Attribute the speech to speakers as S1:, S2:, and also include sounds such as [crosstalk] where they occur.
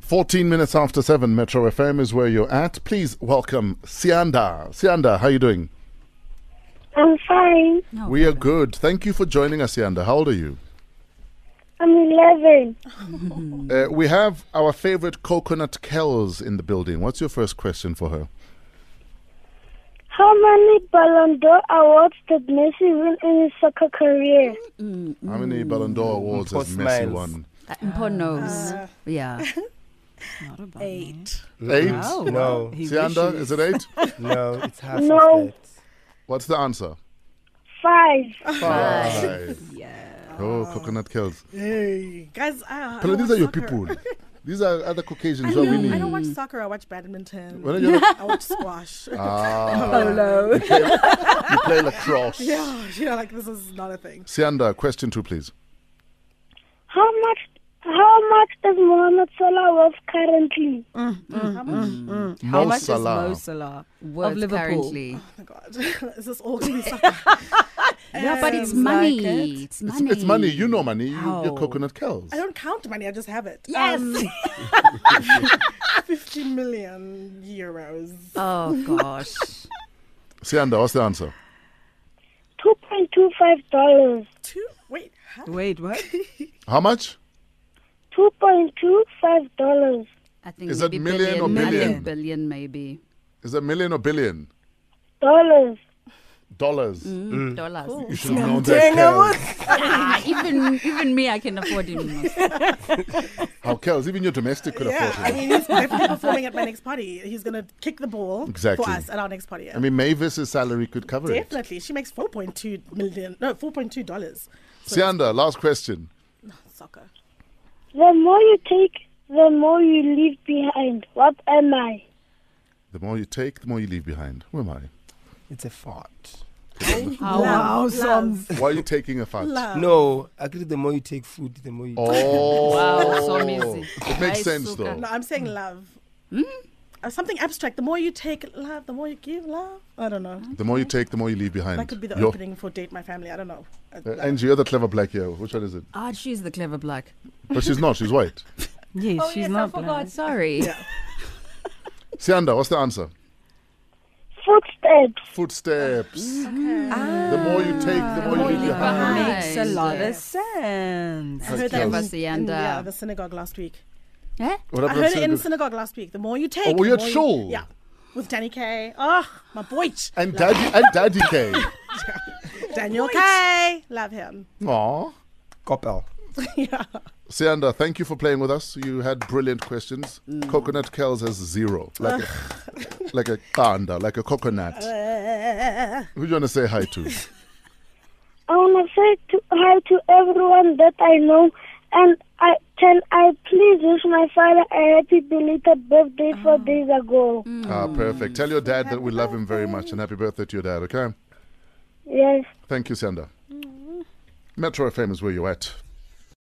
S1: 14 minutes after 7, Metro FM is where you're at. Please welcome Sianda. Sianda, how are you doing?
S2: I'm fine.
S3: Oh,
S4: No,
S1: we are good. Thank you for joining us, Sianda. How old are you?
S2: I'm 11.
S3: Mm.
S1: Uh, we have our favorite Coconut Kells in the building. What's your first question for her?
S2: How many Ballon d'Or awards did Messi win in his soccer career?
S1: How many
S3: Mm.
S1: Ballon d'Or awards has
S5: Poor
S1: Messi
S5: smiles.
S1: won?
S4: Uh, Mpo knows.
S6: uh,
S4: yeah.
S6: [laughs]
S4: Not about
S3: Eight.
S1: Eight?
S4: Wow.
S5: No,
S4: He
S1: Sianda,
S4: wishes.
S1: is it eight?
S5: no, it's half
S2: No.
S5: of that.
S1: What's the answer?
S2: Five.
S1: Five.
S3: [laughs]
S1: Oh, Coconut Kells.
S3: Hey, guys, I, I
S1: Hello,
S3: don't
S1: these are
S3: watch
S1: your
S3: soccer.
S1: people. These are other Caucasians
S3: I
S1: who are
S3: know. I
S1: winning.
S3: don't watch soccer. I watch badminton.
S1: Why don't
S3: [laughs]
S1: you-
S3: I watch squash.
S1: [laughs] Ah,
S4: Hello.
S1: you play lacrosse.
S3: [laughs] yeah, yeah. Like this is not a thing.
S1: Sianda, question two, please.
S2: How much? How much does Mohamed Salah worth currently?
S1: Mo
S6: How much
S1: Salah.
S6: is Mo Salah
S4: Worth
S6: of Liverpool?
S4: currently.
S3: Oh my god, [laughs] is this all gonna be [laughs] soccer? Um,
S4: Yeah, but it's
S6: Seems
S4: money.
S6: like it.
S4: It's
S1: It's,
S4: money.
S1: it's money. You know money. You,
S6: How?
S1: you're Coconut Kells.
S3: I don't count money. I just have it.
S4: Yes.
S3: Um, Fifty million euros.
S4: oh gosh.
S1: Sianda, what's the answer?
S2: Two point two five dollars.
S3: Two. Wait. How?
S6: Wait, what?
S1: How much?
S2: Two point two five dollars.
S4: I think
S1: Is that
S4: maybe
S1: million or
S4: billion? I
S1: billion?
S4: think billion maybe.
S1: Is it million or billion?
S2: Dollars.
S1: Dollars.
S3: Mm.
S4: Mm, Dollars.
S1: Mm. You should know that. Kells.
S4: Ah, even even me I can afford him.
S1: How Kells? Even your domestic could
S3: Yeah,
S1: afford
S3: I
S1: it.
S3: mean, he's definitely performing at my next party. He's gonna kick the ball
S1: Exactly.
S3: for us at our next party. Yeah.
S1: I mean, Mavis's salary could cover it.
S3: definitely, she makes four point two million. No, four point two dollars.
S1: Sianda, last question.
S3: Soccer.
S2: The more you take, the more you leave behind. What am I?
S1: The more you take, the more you leave behind. Who am I?
S5: It's a fart.
S3: Oh,
S4: How
S6: [laughs] Wow,
S3: Love.
S1: Why are you taking a fart?
S3: Love.
S5: No, actually, the more you take food, the more you.
S1: [laughs] Oh,
S4: Wow, so amazing.
S1: It makes
S4: Ay,
S1: sense
S4: suka.
S1: though.
S3: No, I'm saying
S1: Mm.
S3: love. Uh, something abstract. The more you take love, the more you give love. I don't know.
S1: The more you take, the more you leave behind.
S3: That could be the
S1: Your-
S3: opening for Date My Family. I don't know. Uh,
S1: Uh, Angie, you're the clever black here. Which one is it?
S4: Ah, she's the clever black.
S1: But she's not. She's white.
S6: Oh, Yes, she's
S4: Oh, I
S6: not
S4: forgot.
S6: blind.
S4: Sorry.
S1: Sianda, what's the answer?
S2: Footsteps.
S1: Footsteps. The more you take, the more you leave
S4: leave
S1: behind.
S4: behind.
S6: Makes a lot of
S3: Yes.
S6: sense.
S3: I heard that
S1: Clever
S3: in, in,
S4: Sianda.
S3: yeah, the synagogue last week.
S4: Eh?
S1: What
S3: I
S1: happened
S3: heard
S1: to
S3: it in
S1: Sianda?
S3: synagogue last week. The more you take.
S1: Oh, were
S3: the
S1: you at
S3: more
S1: shul?
S3: Yeah. With Danny Kay. Oh, my
S1: [laughs]
S3: boy.
S1: And Daddy and Daddy
S3: [laughs]
S1: K.
S3: Daniel Kay. Love him.
S1: Aw.
S5: Coppel.
S3: yeah.
S1: Sianda, thank you for playing with us. You had brilliant questions.
S3: Mm.
S1: Coconut Kells has zero. Like a,
S3: [laughs]
S1: like a kanda, like a coconut.
S3: Uh.
S1: Who do you want to say hi to?
S2: I want to say to, hi to everyone that I know, and I can I please wish my father a happy belated birthday four days ago.
S3: Hmm.
S1: Ah, perfect. Tell your dad that we love him very much and happy birthday to your dad, okay?
S2: Yes.
S3: Mm-hmm.
S1: Thank you, Sianda. Metro FM is where you're at.